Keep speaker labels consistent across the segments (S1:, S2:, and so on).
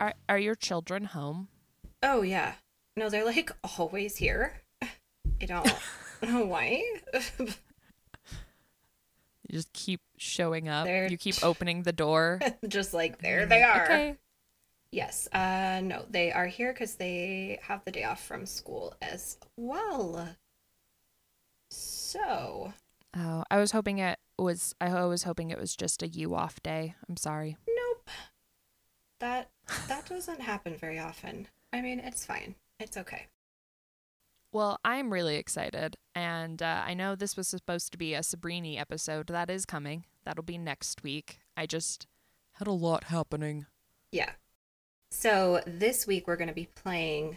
S1: Are are your children home?
S2: Oh yeah. No, they're like always here. I don't know why.
S1: You just keep showing up.
S2: They're-
S1: You keep opening the door.
S2: Just like
S1: You're
S2: there they
S1: like,
S2: are.
S1: Mm-hmm. Mm, Okay.
S2: Yes. Uh no, they are here cuz they have the day off from school as well. So,
S1: Oh, I was hoping it was. I was hoping it was just a you off day. I'm sorry.
S2: nope. That that doesn't happen very often. I mean, it's fine. It's okay.
S1: Well, I'm really excited, and uh, I know this was supposed to be a Sabrini episode. That is coming. That'll be next week. I just had a lot happening.
S2: Yeah. So this week we're going to be playing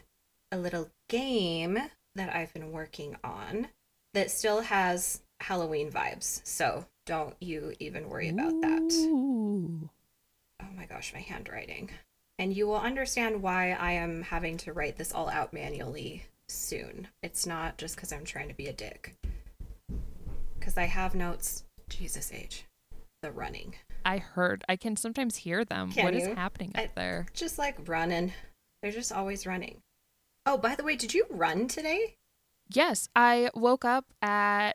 S2: a little game that I've been working on that still has Halloween vibes. So don't you even worry about that.
S1: Ooh.
S2: Oh my gosh, my handwriting. And you will understand why I am having to write this all out manually soon. It's not just because I'm trying to be a dick. Because I have notes. Jesus H. The running.
S1: I heard. I can sometimes hear them.
S2: Can
S1: What is
S2: you?
S1: happening
S2: I-
S1: up there?
S2: just like running. They're just always running. Oh, by the way, did you run today?
S1: Yes, I woke up at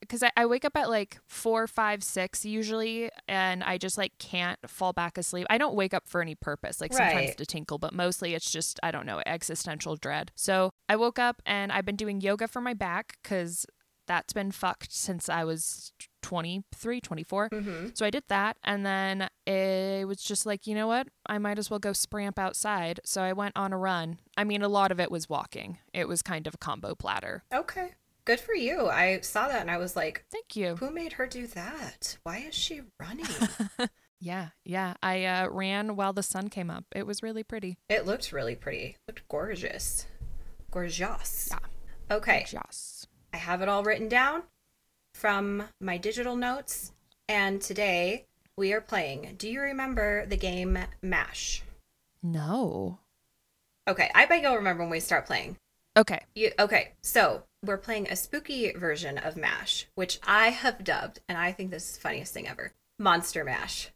S1: because I, I wake up at like four, five, six usually, and I just like can't fall back asleep. I don't wake up for any purpose, like sometimes
S2: Right.
S1: to tinkle, but mostly it's just I don't know existential dread. So I woke up and I've been doing yoga for my back because that's been fucked since I was 23, 24.
S2: Mm-hmm.
S1: So I did that, and then it was just like, you know what? I might as well go spramp outside. So I went on a run. I mean, a lot of it was walking. It was kind of a combo platter.
S2: Okay. Good for you. I saw that and I was like,
S1: Thank you.
S2: who made her do that? Why is she running?
S1: Yeah, yeah. I uh, ran while the sun came up. It was really pretty.
S2: it looked really pretty. looked gorgeous. Gorgeous.
S1: Yeah.
S2: Okay.
S1: Yes.
S2: I have it all written down from my digital notes. And today we are playing. Do you remember the game MASH?
S1: No.
S2: Okay. I bet you'll remember when we start playing.
S1: Okay.
S2: You, okay, so we're playing a spooky version of MASH, which I have dubbed, and I think this is the funniest thing ever Monster MASH.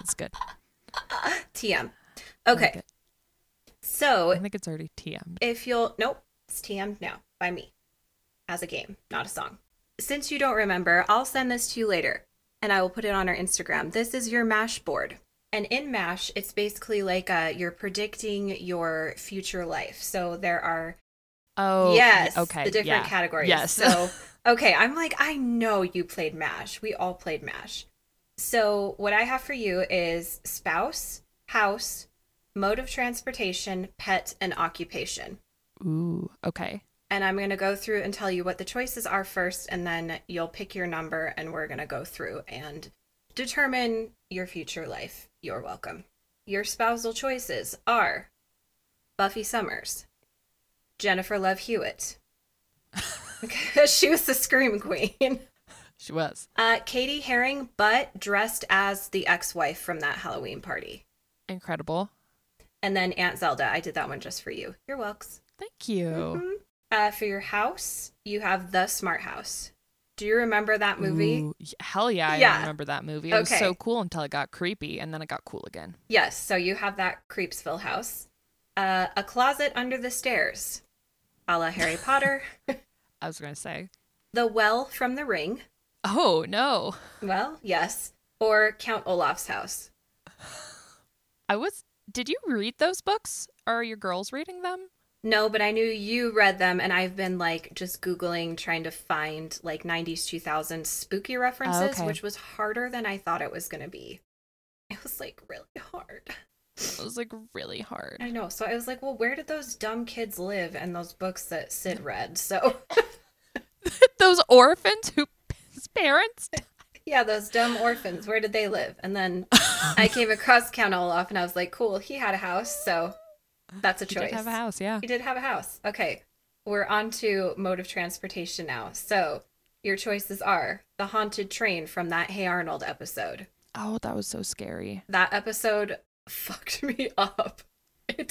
S1: It's good.
S2: TM.
S1: I like
S2: Okay,
S1: it. I
S2: so
S1: think it's already TM.
S2: if you'll. Nope, it's TM now by me as a game, not a song. Since you don't remember, I'll send this to you later and I will put it on our Instagram. This is your MASH board. And in MASH, it's basically like uh, you're predicting your future life. So there are
S1: Oh.
S2: yes.
S1: Okay.
S2: The different
S1: yeah.
S2: categories.
S1: Yes.
S2: So, okay, I'm like, I know you played MASH. We all played MASH. So, what I have for you is spouse, house, mode of transportation, pet, and occupation.
S1: Ooh. Okay.
S2: And I'm going to go through and tell you what the choices are first, and then you'll pick your number, and we're going to go through and determine your future life. You're welcome. Your spousal choices are Buffy Summers, Jennifer Love Hewitt, she was the Scream Queen,
S1: She was
S2: uh, Katie Herring, but dressed as the ex wife from that Halloween party.
S1: incredible.
S2: And then Aunt Zelda. I did that one just for you. You're welcome.
S1: Thank you.
S2: Mhm. Uh, for your house, you have the Smart House. Do you remember that movie?
S1: Ooh, y- hell yeah, I
S2: Yeah.
S1: remember that movie. It was
S2: Okay.
S1: so cool until it got creepy, and then it got cool again.
S2: Yes. So you have that Creepsville house. Uh, a closet under the stairs, a la Harry Potter.
S1: I was gonna say,
S2: the well from the ring.
S1: oh no,
S2: Well, yes. Or Count Olaf's house.
S1: I was. Did you read those books? Are your girls reading them?
S2: No, but I knew you read them, and I've been like just Googling trying to find like 90s, 2000s spooky references,
S1: okay.
S2: which was harder than I thought it was going to be. It was like really hard.
S1: It was like really hard.
S2: I know. So I was like, well, where did those dumb kids live and those books that Sid read? So,
S1: those orphans who his parents.
S2: yeah, those dumb orphans, where did they live? And then I came across Count Olaf and I was like, cool, he had a house. So that's a
S1: He
S2: choice.
S1: did have a house, yeah.
S2: He did have a house. Okay. We're on to mode of transportation now. So your choices are the haunted train from that Hey Arnold episode.
S1: Oh, that was so scary.
S2: That episode fucked me up. It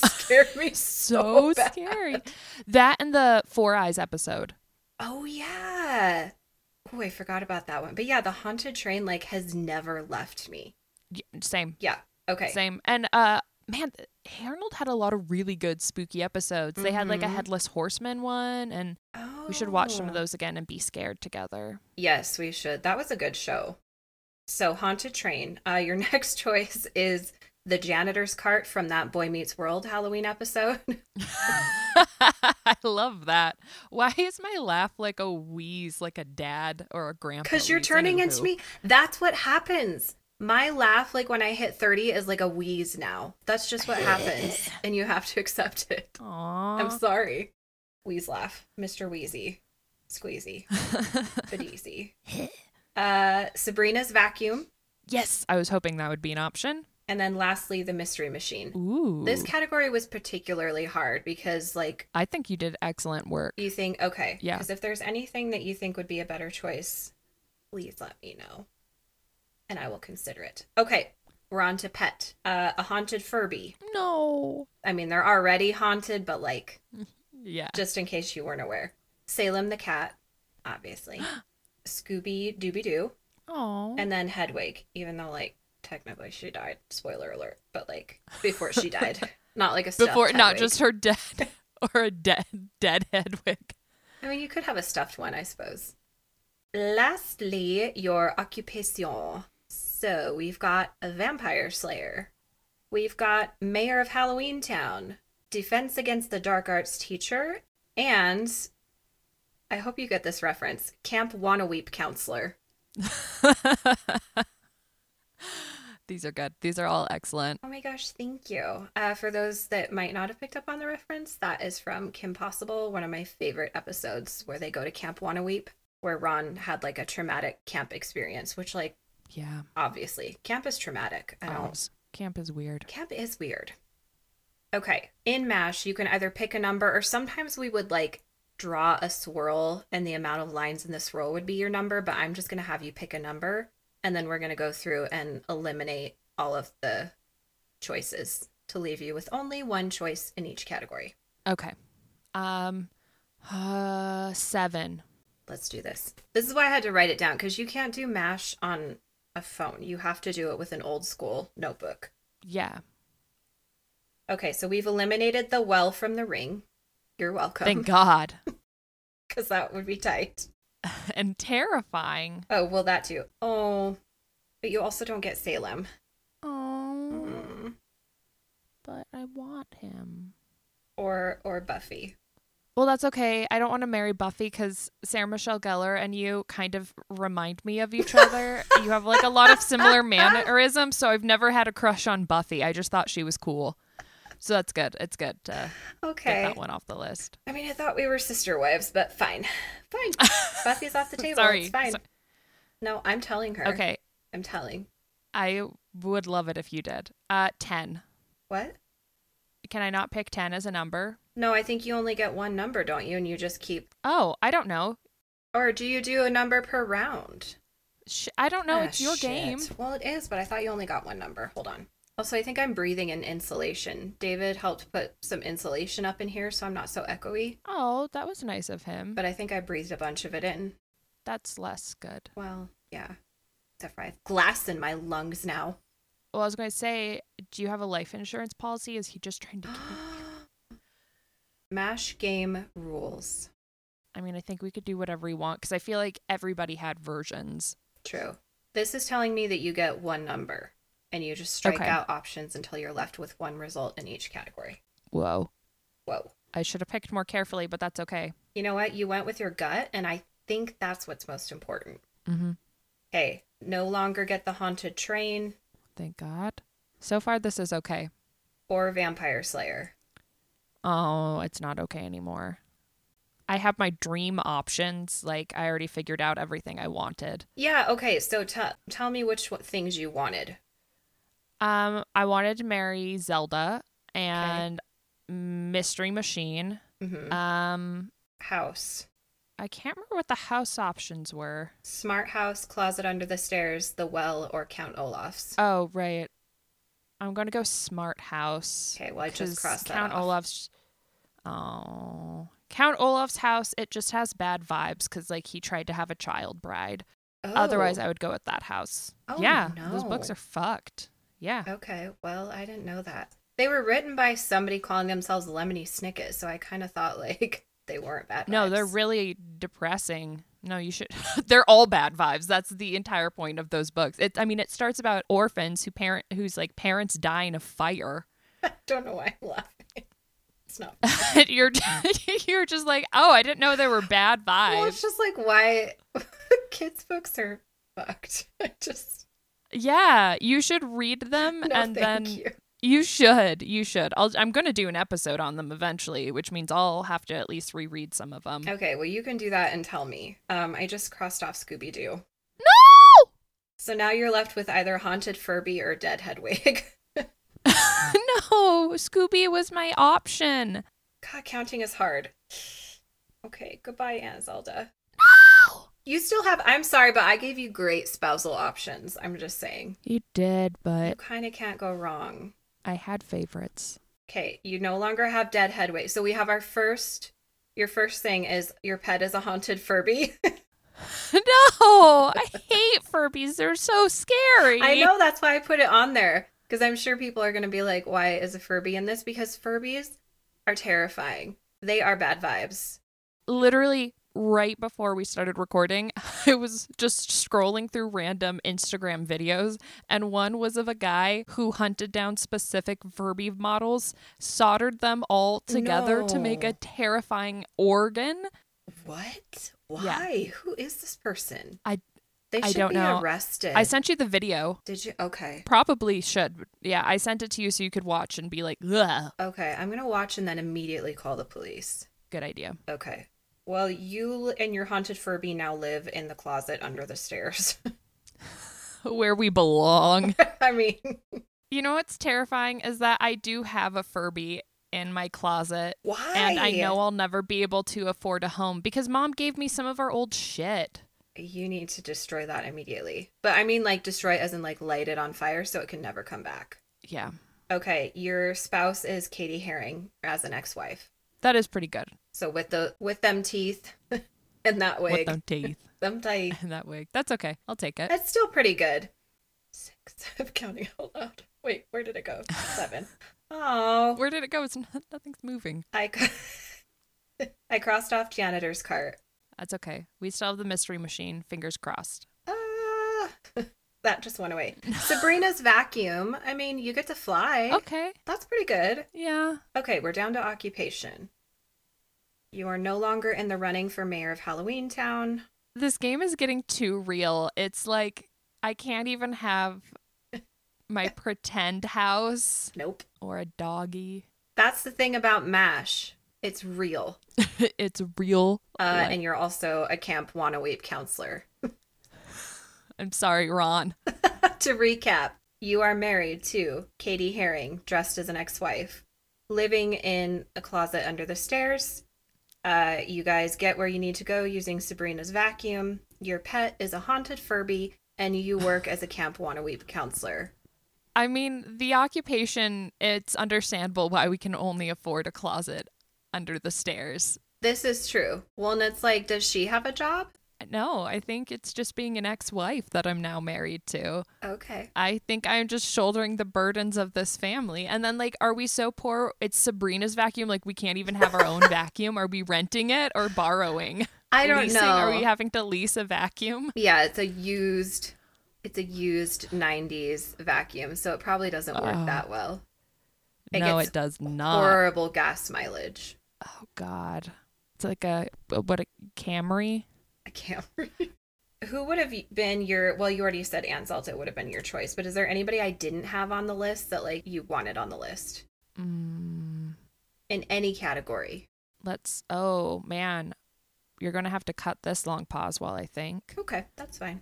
S2: scared me
S1: So,
S2: so bad.
S1: scary. That and the Four Eyes episode.
S2: Oh yeah. Oh, I forgot about that one. But yeah, the haunted train like has never left me.
S1: Y- Same.
S2: Yeah. Okay.
S1: Same. And uh man, th- Harold had a lot of really good spooky episodes. They had like a
S2: Mhm.
S1: headless horseman one and
S2: Oh.
S1: we should watch some of those again and be scared together.
S2: Yes, we should. That was a good show. So, Haunted Train. Uh, your next choice is the janitor's cart from that Boy Meets World Halloween episode.
S1: I love that. Why is my laugh like a wheeze, like a dad or a grandpa?
S2: Because you're
S1: wheeze? I don't
S2: turning
S1: know
S2: into
S1: who.
S2: me. That's what happens. My laugh, like when I hit 30, is like a wheeze now. That's just what happens. And you have to accept it.
S1: Aw.
S2: I'm sorry. Wheeze laugh. Mr. Wheezy. Squeezy. But easy. Uh, Sabrina's Vacuum.
S1: yes, I was hoping that would be an option.
S2: And then lastly, The Mystery Machine.
S1: Ooh.
S2: This category was particularly hard because, like,
S1: I think you did excellent work.
S2: you think, okay.
S1: Yeah.
S2: Because if there's anything that you think would be a better choice, please let me know. And I will consider it. Okay. We're on to Pet, uh, a haunted Furby.
S1: No.
S2: I mean, they're already haunted, but like,
S1: Yeah.
S2: just in case you weren't aware. Salem the cat, obviously. Scooby Dooby Doo.
S1: Oh.
S2: And then Hedwig, even though, like, technically she died. Spoiler alert. But, like, before she died. Not like a stuffed
S1: Before, not
S2: Hedwig.
S1: just her dead or a dead dead Hedwig.
S2: I mean, you could have a stuffed one, I suppose. Lastly, your occupation. So we've got a vampire slayer. We've got mayor of Halloween Town, defense against the dark arts teacher, and I hope you get this reference Camp Wannaweep counselor.
S1: These are good. These are all excellent.
S2: Oh my gosh, thank you. Uh, for those that might not have picked up on the reference, that is from Kim Possible, one of my favorite episodes where they go to Camp Wannaweep, where Ron had like a traumatic camp experience, which, like,
S1: Yeah.
S2: obviously. Camp is traumatic. I don't.
S1: Ours. Camp is weird.
S2: Camp is weird. Okay. In MASH, you can either pick a number or sometimes we would like draw a swirl and the amount of lines in the swirl would be your number, but I'm just going to have you pick a number and then we're going to go through and eliminate all of the choices to leave you with only one choice in each category.
S1: Okay. Um uh 7.
S2: Let's do this. This is why I had to write it down because you can't do MASH on a phone. You have to do it with an old school notebook.
S1: Yeah.
S2: Okay, so we've eliminated the well from the ring. You're welcome.
S1: Thank God.
S2: Because that would be tight.
S1: and terrifying.
S2: Oh, well, that too. Oh, but you also don't get Salem.
S1: Oh,
S2: Mm.
S1: but I want him.
S2: Or or Buffy.
S1: Well, that's okay. I don't want to marry Buffy because Sarah Michelle Gellar and you kind of remind me of each other. you have like a lot of similar mannerisms, so I've never had a crush on Buffy. I just thought she was cool. So that's good. It's good to get
S2: Okay.
S1: that one off the list.
S2: I mean, I thought we were sister wives, but fine. Fine. Buffy's off the table.
S1: Sorry.
S2: It's fine.
S1: So-
S2: No, I'm telling her.
S1: okay.
S2: I'm telling.
S1: I would love it if you did. Uh, 10.
S2: What?
S1: Can I not pick 10 as a number?
S2: No, I think you only get one number, don't you? And you just keep.
S1: Oh, I don't know.
S2: Or do you do a number per round?
S1: Sh- I don't know.
S2: Ah,
S1: it's your
S2: shit.
S1: game.
S2: Well, it is, but I thought you only got one number. Hold on. Also, I think I'm breathing in insulation. David helped put some insulation up in here, so I'm not so echoey.
S1: Oh, that was nice of him.
S2: But I think I breathed a bunch of it in.
S1: That's less good.
S2: Well, yeah. Except for I have glass in my lungs now.
S1: Well, I was going to say, do you have a life insurance policy? Is he just trying to.
S2: Mash game rules.
S1: I mean, I think we could do whatever we want because I feel like everybody had versions.
S2: True. This is telling me that you get one number, and you just strike
S1: Okay.
S2: out options until you're left with one result in each category.
S1: Whoa.
S2: Whoa.
S1: I should have picked more carefully, but that's okay.
S2: You know what? You went with your gut, and I think that's what's most important.
S1: Mm-hmm.
S2: Hey, no longer get the haunted train
S1: Thank God. So far, this is okay.
S2: or vampire slayer.
S1: Oh, it's not okay anymore. I have my dream options. Like, I already figured out everything I wanted.
S2: Yeah, okay, so t- tell me which one- things you wanted.
S1: Um, I wanted to marry Zelda and Mystery Machine.
S2: hmm
S1: Um,
S2: House.
S1: I can't remember what the house options were.
S2: Smart house, closet under the stairs, the well, or Count Olaf's.
S1: Oh, right. I'm gonna go smart house.
S2: Okay, well, I just
S1: 'cause
S2: crossed that
S1: Count
S2: off.
S1: Olaf's. Oh, Count Olaf's house. It just has bad vibes because like he tried to have a child bride. Otherwise,
S2: Oh,
S1: I would go with that house.
S2: Oh,
S1: yeah, those
S2: no.
S1: books are fucked. Yeah.
S2: Okay, well, I didn't know that. They were written by somebody calling themselves Lemony Snicket, so I kind of thought like they weren't bad.
S1: No,
S2: vibes.
S1: they're really depressing. No, you should. they're all bad vibes. That's the entire point of those books. It, I mean, it starts about orphans who parent whose like parents die in a fire.
S2: I don't know why I'm laughing. It's not.
S1: you're you're just like, oh, I didn't know there were bad
S2: Well,
S1: vibes.
S2: it's just like why kids' books are fucked. I just
S1: yeah, you should read them,
S2: no,
S1: and
S2: thank
S1: then
S2: you.
S1: You should. You should. I'll, I'm going to do an episode on them eventually, which means I'll have to at least reread some of them.
S2: Okay, well, you can do that and tell me. Um, I just crossed off Scooby Doo.
S1: No!
S2: So now you're left with either Haunted Furby or Dead Hedwig.
S1: no! Scooby was my option.
S2: God, counting is hard. Okay, goodbye, Aunt Zelda.
S1: No!
S2: You still have. I'm sorry, but I gave you great spousal options. I'm just saying.
S1: You did,
S2: You
S1: but
S2: kind of can't go wrong.
S1: I had favorites.
S2: Okay, you no longer have Dead Hedwig. So we have our first. Your first thing is your pet is a haunted Furby.
S1: no! I hate Furbies. They're so scary.
S2: I know that's why I put it on there because I'm sure people are going to be like, why is a Furby in this? Because Furbies are terrifying. They are bad vibes.
S1: Literally, right before we started recording, I was just scrolling through random Instagram videos, and one was of a guy who hunted down specific Furby models, soldered them all together to make
S2: No.
S1: a terrifying organ.
S2: What?
S1: Yeah.
S2: Why? Who is this person?
S1: I-
S2: They should
S1: I don't
S2: be
S1: know.
S2: arrested.
S1: I sent you the video.
S2: Did you? Okay.
S1: Probably should. Yeah, I sent it to you so you could watch and be like, Ugh.
S2: Okay. I'm gonna watch and then immediately call the police.
S1: good idea.
S2: Okay. Well, you l- and your haunted Furby now live in the closet under the stairs.
S1: Where we belong.
S2: I mean,
S1: you know what's terrifying is that I do have a Furby in my closet
S2: why?
S1: And I know I'll never be able to afford a home because mom gave me some of our old shit.
S2: you need to destroy that immediately. But I mean, like destroy as in like light it on fire so it can never come back.
S1: Yeah,
S2: Okay. Your spouse is Katie Herring as an ex-wife.
S1: that is pretty good.
S2: So with the with them teeth and that wig,
S1: With them teeth
S2: them teeth.
S1: and that wig. That's okay. I'll take it.
S2: That's still pretty good. Six. I'm counting out loud. Wait, where did it go? Seven. Oh,
S1: Where did it go? It's not, nothing's moving.
S2: I, c- I crossed off janitor's cart.
S1: That's okay. We still have the mystery machine. Fingers crossed.
S2: Ah, that just went away. Sabrina's vacuum. I mean, you get to fly.
S1: Okay.
S2: That's pretty good.
S1: Yeah.
S2: Okay, we're down to occupation. You are no longer in the running for mayor of Halloween Town.
S1: This game is getting too real. It's like I can't even have my pretend house
S2: Nope.
S1: or a doggy.
S2: That's the thing about MASH. It's real.
S1: it's real.
S2: Uh,
S1: life.
S2: and you're also a Camp Wannaweep counselor.
S1: I'm sorry, Ron.
S2: to recap, you are married to Katie Herring, dressed as an ex wife, living in a closet under the stairs. Uh, you guys get where you need to go using Sabrina's vacuum. Your pet is a haunted Furby, and you work as a Camp Wannaweep counselor.
S1: I mean, the occupation, it's understandable why we can only afford a closet under the stairs.
S2: This is true. Walnut's like, does she have a job?
S1: No, I think it's just being an ex wife that I'm now married to.
S2: Okay.
S1: I think I'm just shouldering the burdens of this family. And then, like, are we so poor? It's Sabrina's vacuum. Like, we can't even have our own vacuum. Are we renting it or borrowing?
S2: I don't
S1: Leasing?
S2: know.
S1: Are we having to lease a vacuum?
S2: yeah, it's a used, it's a used '90s vacuum, so it probably doesn't work
S1: Oh. Uh.
S2: that well. It
S1: no,
S2: gets
S1: it does not.
S2: Horrible gas mileage.
S1: oh, God. It's like a, what, a Camry?
S2: I can't. remember. Who would have been your? Well, you already said Ann Zelda would have been your choice, but is there anybody I didn't have on the list that like you wanted on the list
S1: Mm.
S2: in any category?
S1: Let's. Oh man, you're gonna have to cut this long pause while I think.
S2: Okay, that's fine.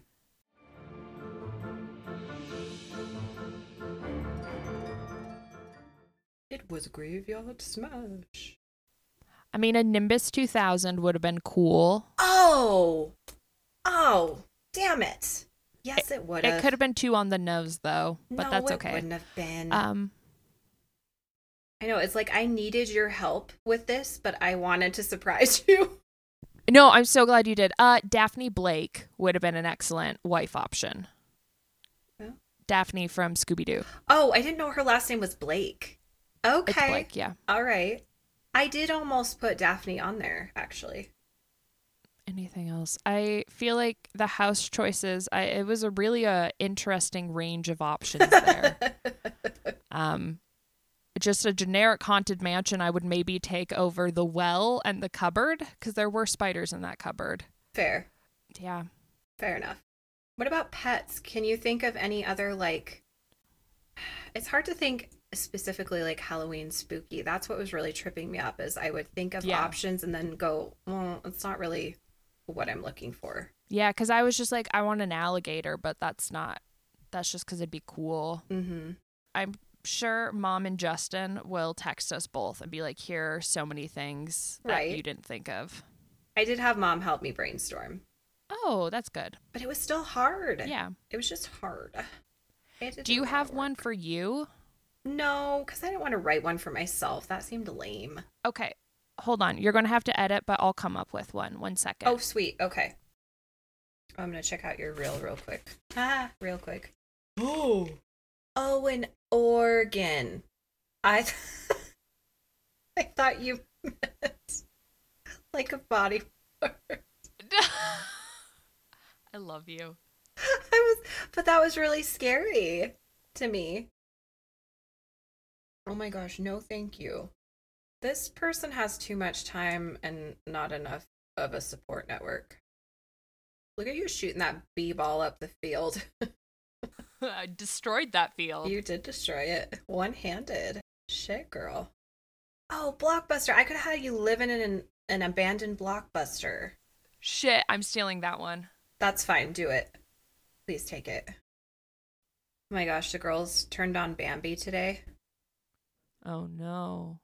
S2: It was graveyard smash.
S1: I mean, a Nimbus 2000 would have been cool.
S2: Oh, oh, damn it! Yes, it, would have.
S1: It could have been two on the nose though, but
S2: no,
S1: that's
S2: it
S1: okay.
S2: Wouldn't have been.
S1: Um,
S2: I know it's like I needed your help with this, but I wanted to surprise you.
S1: no, I'm so glad you did. Uh, Daphne Blake would have been an excellent wife option.
S2: Well.
S1: Daphne from Scooby Doo.
S2: Oh, I didn't know her last name was Blake. Okay.
S1: It's Blake, yeah.
S2: All right. I did almost put Daphne on there, actually.
S1: Anything else? I feel like the house choices. I it was a really a interesting range of options there. um, just a generic haunted mansion. I would maybe take over the well and the cupboard because there were spiders in that cupboard.
S2: Fair.
S1: Yeah.
S2: Fair enough. What about pets? Can you think of any other like it's hard to think specifically like Halloween spooky. That's what was really tripping me up is I would think of
S1: Yeah.
S2: options and then go, well, it's not really what I'm looking for.
S1: Yeah, because I was just like, I want an alligator, but that's not. That's just because it'd be cool.
S2: Mm-hmm.
S1: I'm sure mom and Justin will text us both and be like, here are so many things that
S2: Right.
S1: you didn't think of.
S2: I did have mom help me brainstorm,
S1: Oh, that's good.
S2: but it was still hard.
S1: Yeah.
S2: It was just hard. It didn't
S1: Do you
S2: really
S1: have
S2: work.
S1: one for you?
S2: No, because I didn't want to write one for myself. That seemed lame.
S1: Okay. Hold on. You're going to have to edit, but I'll come up with one. One second.
S2: Oh, sweet. Okay. I'm gonna check out your reel real quick. Ah, real quick. Oh. Oh, an organ. I. Th- I thought you meant like a body part. Oh.
S1: I love you.
S2: I was, but that was really scary to me. Oh my gosh, no, thank you. This person has too much time and not enough of a support network. Look at you shooting that b ball up the field.
S1: I destroyed that field.
S2: You did destroy it one handed. Shit, girl. Oh, blockbuster! I could have had you living in an, an abandoned blockbuster.
S1: Shit, I'm stealing that one.
S2: That's fine. Do it. Please take it. Oh my gosh, the girls turned on Bambi today.
S1: Oh, no.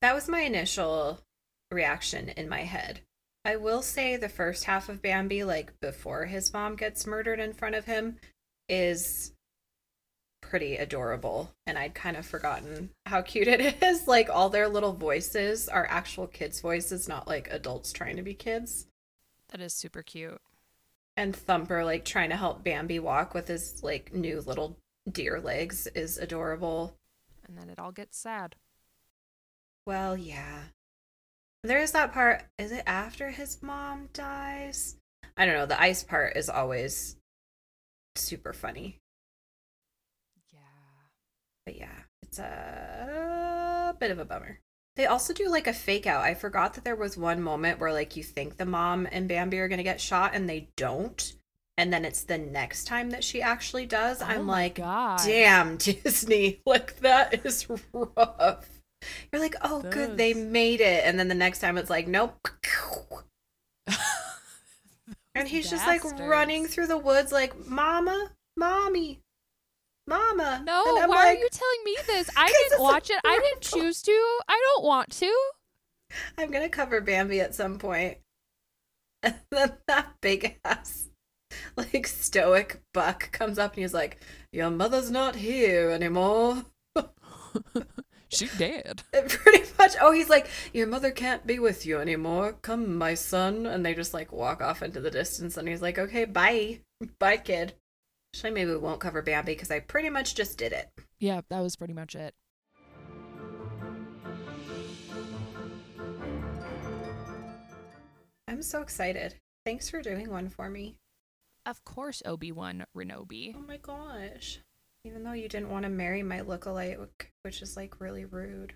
S2: That was my initial reaction in my head. I will say the first half of Bambi, like before his mom gets murdered in front of him, is pretty adorable. And I'd kind of forgotten how cute it is. Like all their little voices are actual kids' voices, not like adults trying to be kids.
S1: That is super cute.
S2: and Thumper like trying to help Bambi walk with his like new little deer legs is adorable.
S1: And then it all gets sad.
S2: Well, yeah. There is that part. Is it after his mom dies? I don't know. The ice part is always super funny.
S1: Yeah.
S2: But yeah, it's a bit of a bummer. They also do like a fake out. I forgot that there was one moment where like you think the mom and Bambi are going to get shot and they don't. And then it's the next time that she actually does.
S1: Oh
S2: I'm
S1: my
S2: like,
S1: God.
S2: damn, Disney. Like, that is rough. You're like, oh, good, they
S1: Those-
S2: made it. And then the next time it's like, nope. And he's just like
S1: Bastards.
S2: running through the woods, like, mama, mommy, mama.
S1: No, why
S2: And I'm
S1: are
S2: like,
S1: you telling me this? I
S2: 'Cause
S1: didn't
S2: it's
S1: watch it. I didn't
S2: adorable.
S1: choose to. I don't want to.
S2: I'm gonna cover Bambi at some point. And then that big ass, like stoic buck comes up and he's like, Your mother's not here anymore.
S1: She dead.
S2: And pretty much oh he's like, Your mother can't be with you anymore. Come my son and they just like walk off into the distance and he's like, Okay, bye. Bye kid. Actually maybe we won't cover Bambi because I pretty much just did it.
S1: Yeah, that was pretty much it.
S2: I'm so excited. Thanks for doing one for me.
S1: Of course, Obi Wan Renobi.
S2: Oh my gosh. Even though you didn't want to marry my lookalike, which- which is like really rude.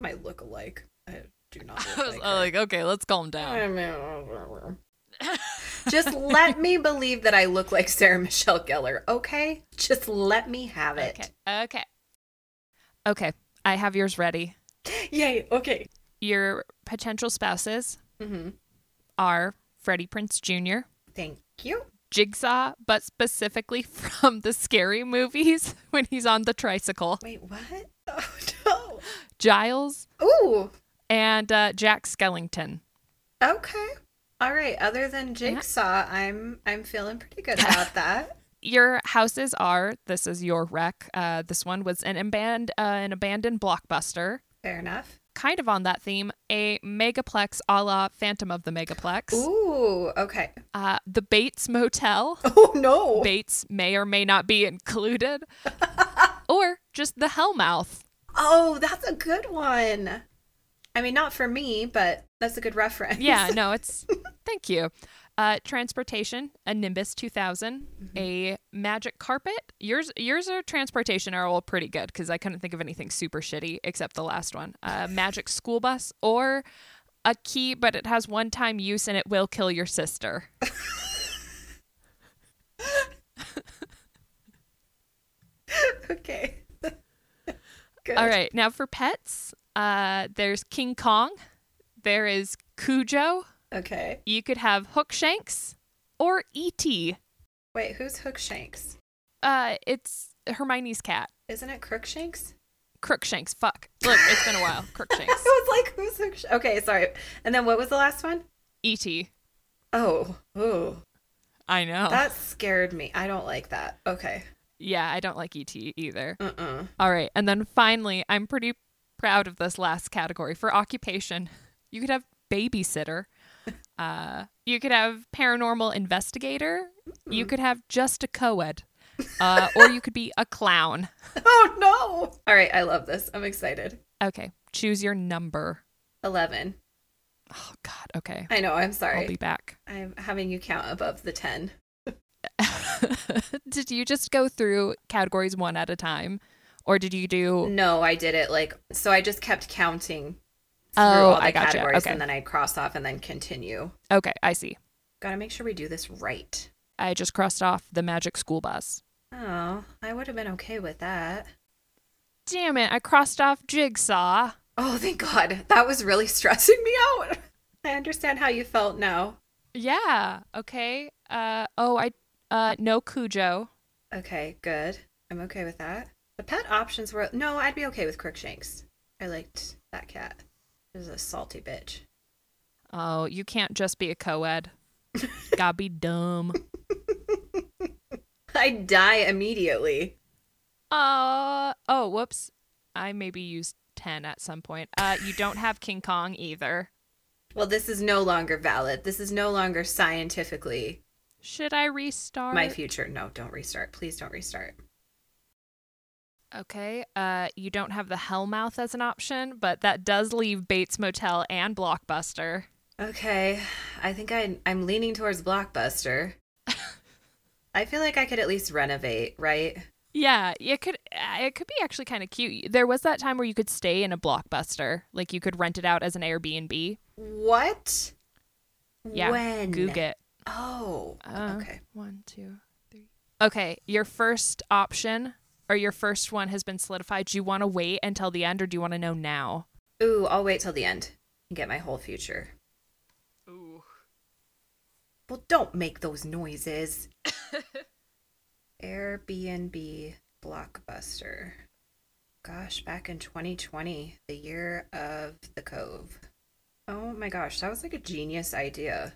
S2: My lookalike. I do not. Look like her.
S1: okay, let's calm
S2: I mean, Just let me believe that I look like Sarah Michelle Gellar, okay? Just let me have
S1: okay,
S2: it.
S1: okay, okay. I have yours ready.
S2: Yay, okay.
S1: Your potential spouses
S2: hmm
S1: are Freddie Prince Jr.,
S2: Thank you.
S1: Jigsaw, but specifically from the scary movies when he's on the tricycle,
S2: Wait, what? Oh
S1: Giles,
S2: no. Ooh,
S1: and uh, Jack Skellington.
S2: okay. All right, other than Jigsaw, I'm I'm feeling pretty good about that.
S1: your houses are this is your wreck uh, this one was an, aban- uh, an abandoned blockbuster
S2: Fair enough.
S1: Kind of on that theme, a megaplex a la Phantom of the Megaplex.
S2: Ooh, okay.
S1: Uh, the Bates Motel.
S2: Oh no.
S1: Bates may or may not be included. or just the Hellmouth.
S2: Oh, that's a good one. I mean, not for me, but that's a good reference.
S1: Yeah, no, it's. thank you. Uh, transportation, a Nimbus 2000, a magic carpet. Yours, yours are transportation are all pretty good because I couldn't think of anything super shitty except the last one. A magic school bus or a key, but it has one time use and it will kill your sister.
S2: okay. good.
S1: All right, now for pets, uh, there's King Kong, there is Cujo.
S2: Okay.
S1: You could have Hookshanks or E E.T.
S2: Wait, who's Hookshanks?
S1: Uh, it's Hermione's cat.
S2: Isn't it Crookshanks?
S1: Crookshanks. Fuck. Look, it's been a while. Crookshanks.
S2: I was like, who's Hookshanks? Okay, sorry. And then what was the last one?
S1: E.T.
S2: Oh, oh,
S1: E I know.
S2: that scared me. I don't like that. Okay.
S1: yeah, I don't like E.T. either.
S2: Uh-uh.
S1: All right. And then finally, I'm pretty proud of this last category for occupation. You could have babysitter. Uh, you could have paranormal investigator. You could have just a co-ed. Uh, or you could be a clown.
S2: Oh no! All right, I love this. I'm excited.
S1: Okay. Choose your number.
S2: Eleven.
S1: Oh, God. Okay.
S2: I know. I'm
S1: I'll
S2: sorry.
S1: be back.
S2: I'm having you count above the ten.
S1: did you just go through categories one at a time? Or did you do.
S2: No, I did it like so. I just kept counting through
S1: Oh,
S2: all the
S1: I gotcha.
S2: categories,
S1: Okay.
S2: and then I cross off and then continue.
S1: Okay, I see.
S2: Gotta make sure we do this right.
S1: I just crossed off the magic school bus.
S2: Oh, I would have been okay with that.
S1: Damn it, I crossed off Jigsaw.
S2: Oh, thank God. That was really stressing me out. I understand how you felt now.
S1: Yeah, okay. Uh, oh, I. Uh, no Cujo.
S2: Okay, good. I'm okay with that. The pet options were no, I'd be okay with Crookshanks. I liked that cat. It was a salty bitch.
S1: Oh, you can't just be a co ed. Gotta be dumb.
S2: I'd die immediately.
S1: Uh, oh, whoops. I maybe used 10 at some point. Uh, you don't have King Kong either.
S2: Well, this is no longer valid. This is no longer scientifically
S1: Should I restart?
S2: my future. No, don't restart. Please don't restart.
S1: Okay. Uh, you don't have the Hellmouth as an option, but that does leave Bates Motel and Blockbuster.
S2: Okay, I think I, I'm leaning towards Blockbuster. I feel like I could at least renovate, right?
S1: Yeah, it could uh, it could be actually kind of cute. There was that time where you could stay in a Blockbuster, like you could rent it out as an Airbnb.
S2: What?
S1: Yeah,
S2: When?
S1: Goog it.
S2: Oh,
S1: Uh,
S2: okay.
S1: One, two, three. Okay, your first option or your first one has been solidified. Do you want to wait until the end, or do you want to know now?
S2: Ooh, I'll wait till the end and get my whole future.
S1: Ooh.
S2: Well, don't make those noises. Airbnb blockbuster. Gosh, back in 2020, the year of the Cove. Oh my gosh, that was like a genius idea.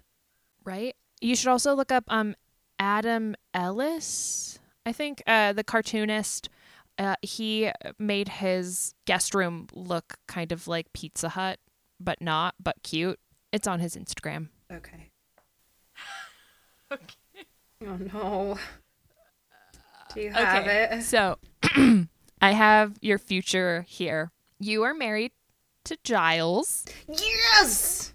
S1: right? You should also look up um Adam Ellis. I think uh, the cartoonist. Uh, he made his guest room look kind of like Pizza Hut, but not, but cute. It's on his Instagram.
S2: Okay. okay. Oh no. Do you have it?
S1: So I have your future here. You are married to Giles,
S2: Yes!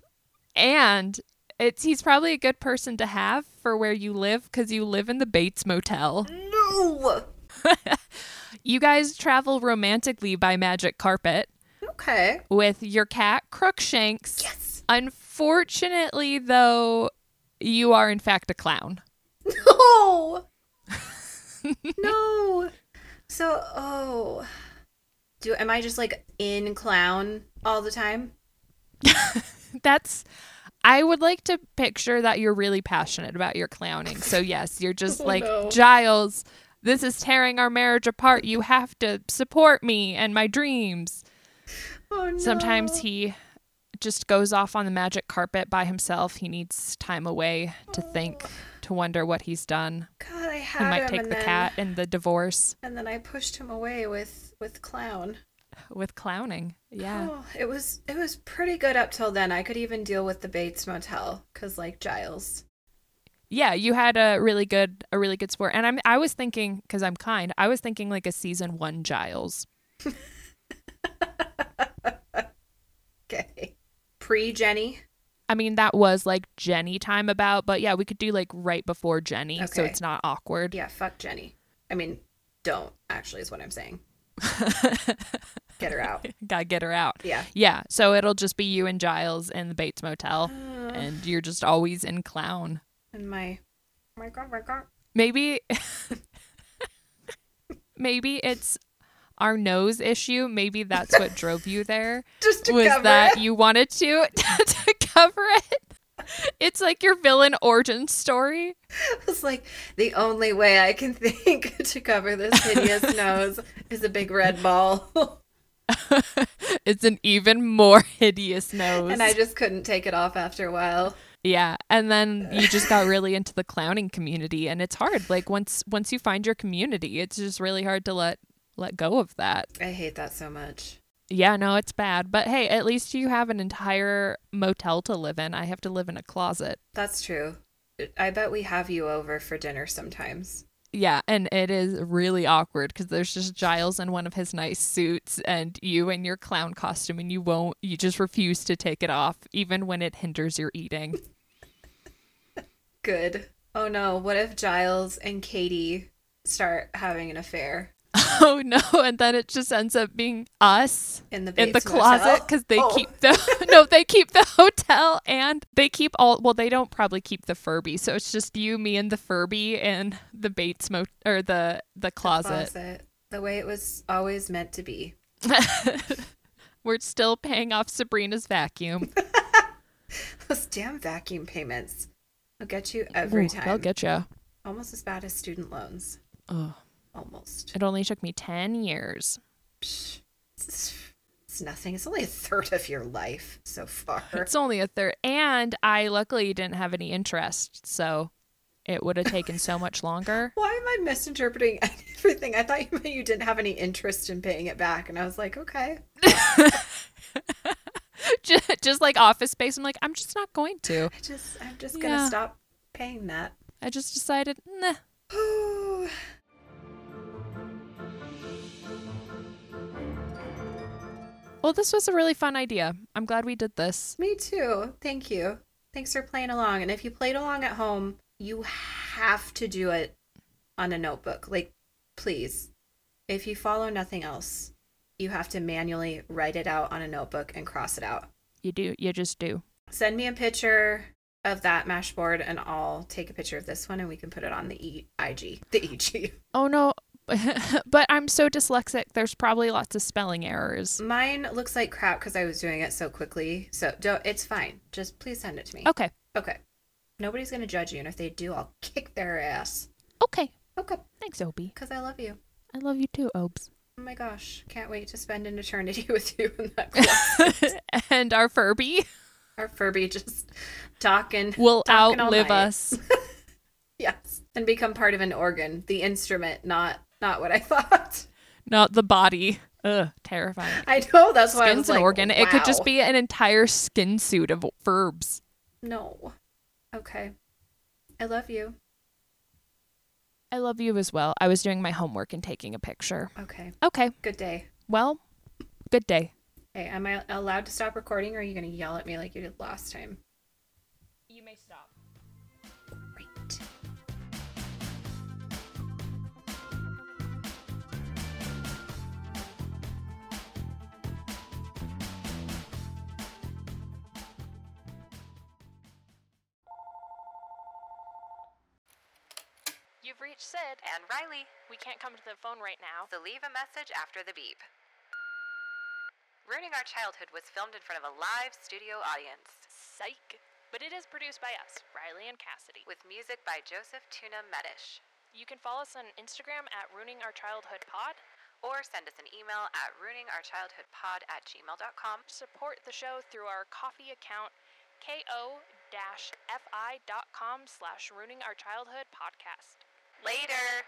S1: and it's he's probably a good person to have for where you live because you live in the Bates Motel.
S2: No!
S1: You guys travel romantically by magic carpet
S2: Okay.
S1: with your cat Crookshanks.
S2: Yes!
S1: Unfortunately, though, you are in fact a clown.
S2: No. no. So, oh. Do am I just like in clown all the time?
S1: That's I would like to picture that you're really passionate about your clowning. So yes, you're just
S2: Oh,
S1: like
S2: no.
S1: Giles, this is tearing our marriage apart. You have to support me and my dreams.
S2: Oh no.
S1: Sometimes he just goes off on the magic carpet by himself. He needs time away to think, to wonder what he's done.
S2: God, I
S1: He
S2: had
S1: might
S2: him
S1: take
S2: and
S1: the
S2: then,
S1: cat and the divorce.
S2: and then I pushed him away with with clown.
S1: with clowning. Yeah.
S2: Oh, it was it was pretty good up till then. I could even deal with the Bates Motel because like Giles.
S1: Yeah, you had a really good a really good sport. And I'm I was thinking cuz I'm kind. I was thinking like a season 1 Giles.
S2: Okay. Pre Jenny.
S1: I mean, that was like Jenny time about, but yeah, we could do like right before Jenny so
S2: Okay.
S1: it's not awkward.
S2: Yeah, fuck Jenny. I mean, don't actually is what I'm saying. Get her out.
S1: Got to get her out.
S2: Yeah.
S1: Yeah, so it'll just be you and Giles in the Bates Motel
S2: Oh.
S1: and you're just always in clown.
S2: And my oh my god, my god.
S1: Maybe Maybe it's our nose issue. Maybe that's what drove you there.
S2: Just to
S1: was
S2: cover
S1: that
S2: it.
S1: you wanted to to cover it. It's like your villain origin story.
S2: It's like the only way I can think to cover this hideous nose is a big red ball.
S1: It's an even more hideous nose.
S2: and I just couldn't take it off after a while.
S1: yeah, and then you just got really into the clowning community and it's hard. Like once once you find your community, it's just really hard to let let go of that.
S2: I hate that so much.
S1: Yeah, no, it's bad. But hey, at least you have an entire motel to live in. I have to live in a closet.
S2: That's true. I bet we have you over for dinner sometimes.
S1: Yeah, and it is really awkward because there's just Giles in one of his nice suits and you in your clown costume, and you won't, you just refuse to take it off, even when it hinders your eating.
S2: Good. Oh no, what if Giles and Katie start having an affair
S1: oh no, and then it just ends up being us.
S2: in the
S1: In the
S2: Bates Motel?
S1: closet because they
S2: Oh.
S1: keep the no, they keep the hotel and they keep all. Well, they don't probably keep the Furby, so it's just you, me, and the Furby and the Bates mo or the the closet.
S2: closet the way it was always meant to be.
S1: We're still paying off Sabrina's vacuum.
S2: Those damn vacuum payments. They'll get you every
S1: Ooh,
S2: time.
S1: They'll get you.
S2: Almost as bad as student loans.
S1: Ugh.
S2: Almost.
S1: It only took me 10 years.
S2: Psh. It's it's nothing. It's only a third of your life so far.
S1: It's only a third. And I luckily didn't have any interest, so it would have taken so much longer.
S2: Why am I misinterpreting everything? I thought you meant you didn't have any interest in paying it back, and I was like, okay.
S1: just, just like office space, I'm like, I'm just not going to.
S2: I just, I'm just gonna
S1: Yeah.
S2: stop paying that.
S1: I just decided, nah. Well, this was a really fun idea. I'm glad we did this.
S2: Me too. Thank you. Thanks for playing along. And if you played along at home, you have to do it on a notebook. Like, please, if you follow nothing else, you have to manually write it out on a notebook and cross it out.
S1: You do, you just do.
S2: Send me a picture of that mash board, and I'll take a picture of this one, and we can put it on the e- IG, the EG.
S1: Oh no, but I'm so dyslexic. There's probably lots of spelling errors.
S2: Mine looks like crap because I was doing it so quickly. So don't, it's fine. Just please send it to me.
S1: Okay,
S2: Okay. Nobody's going to judge you. And if they do, I'll kick their ass.
S1: okay.
S2: Okay.
S1: Thanks, Obie.
S2: Because I love you.
S1: I love you too, Obes.
S2: Oh my gosh. Can't wait to spend an eternity with you in that closet.
S1: and our Furby
S2: Our Furby just talking.
S1: will
S2: Talking all
S1: outlive
S2: night.
S1: us.
S2: Yes. And become part of an organ, the instrument, not not what I thought.
S1: not the body. Ugh, terrifying.
S2: I know that's why I
S1: Skin's
S2: was
S1: an
S2: like,
S1: organ. It could just
S2: wow.
S1: be an entire skin suit of verbs.
S2: No. Okay. I love you.
S1: I love you as well. I was doing my homework and taking a picture.
S2: Okay.
S1: Okay,
S2: Good day.
S1: well, good day.
S2: Hey, am I allowed to stop recording or are you going to yell at me like you did last time?
S1: You may stop.
S2: Great.
S1: You've reached Sid.
S3: and Riley.
S1: We can't come to the phone right now.
S3: So leave a message after the beep. Ruining Our Childhood was filmed in front of a live studio audience
S1: Psych. But it is produced by us, Riley and Cassidy.
S3: with music by Joseph Tuna Medish.
S1: You can follow us on Instagram at Ruining Our Childhood Pod.
S3: Or send us an email at ruiningourchildhoodpod at gmail.com.
S1: Support the show through our coffee account, ko-fi.com slash ruining our childhood podcast.
S3: Later!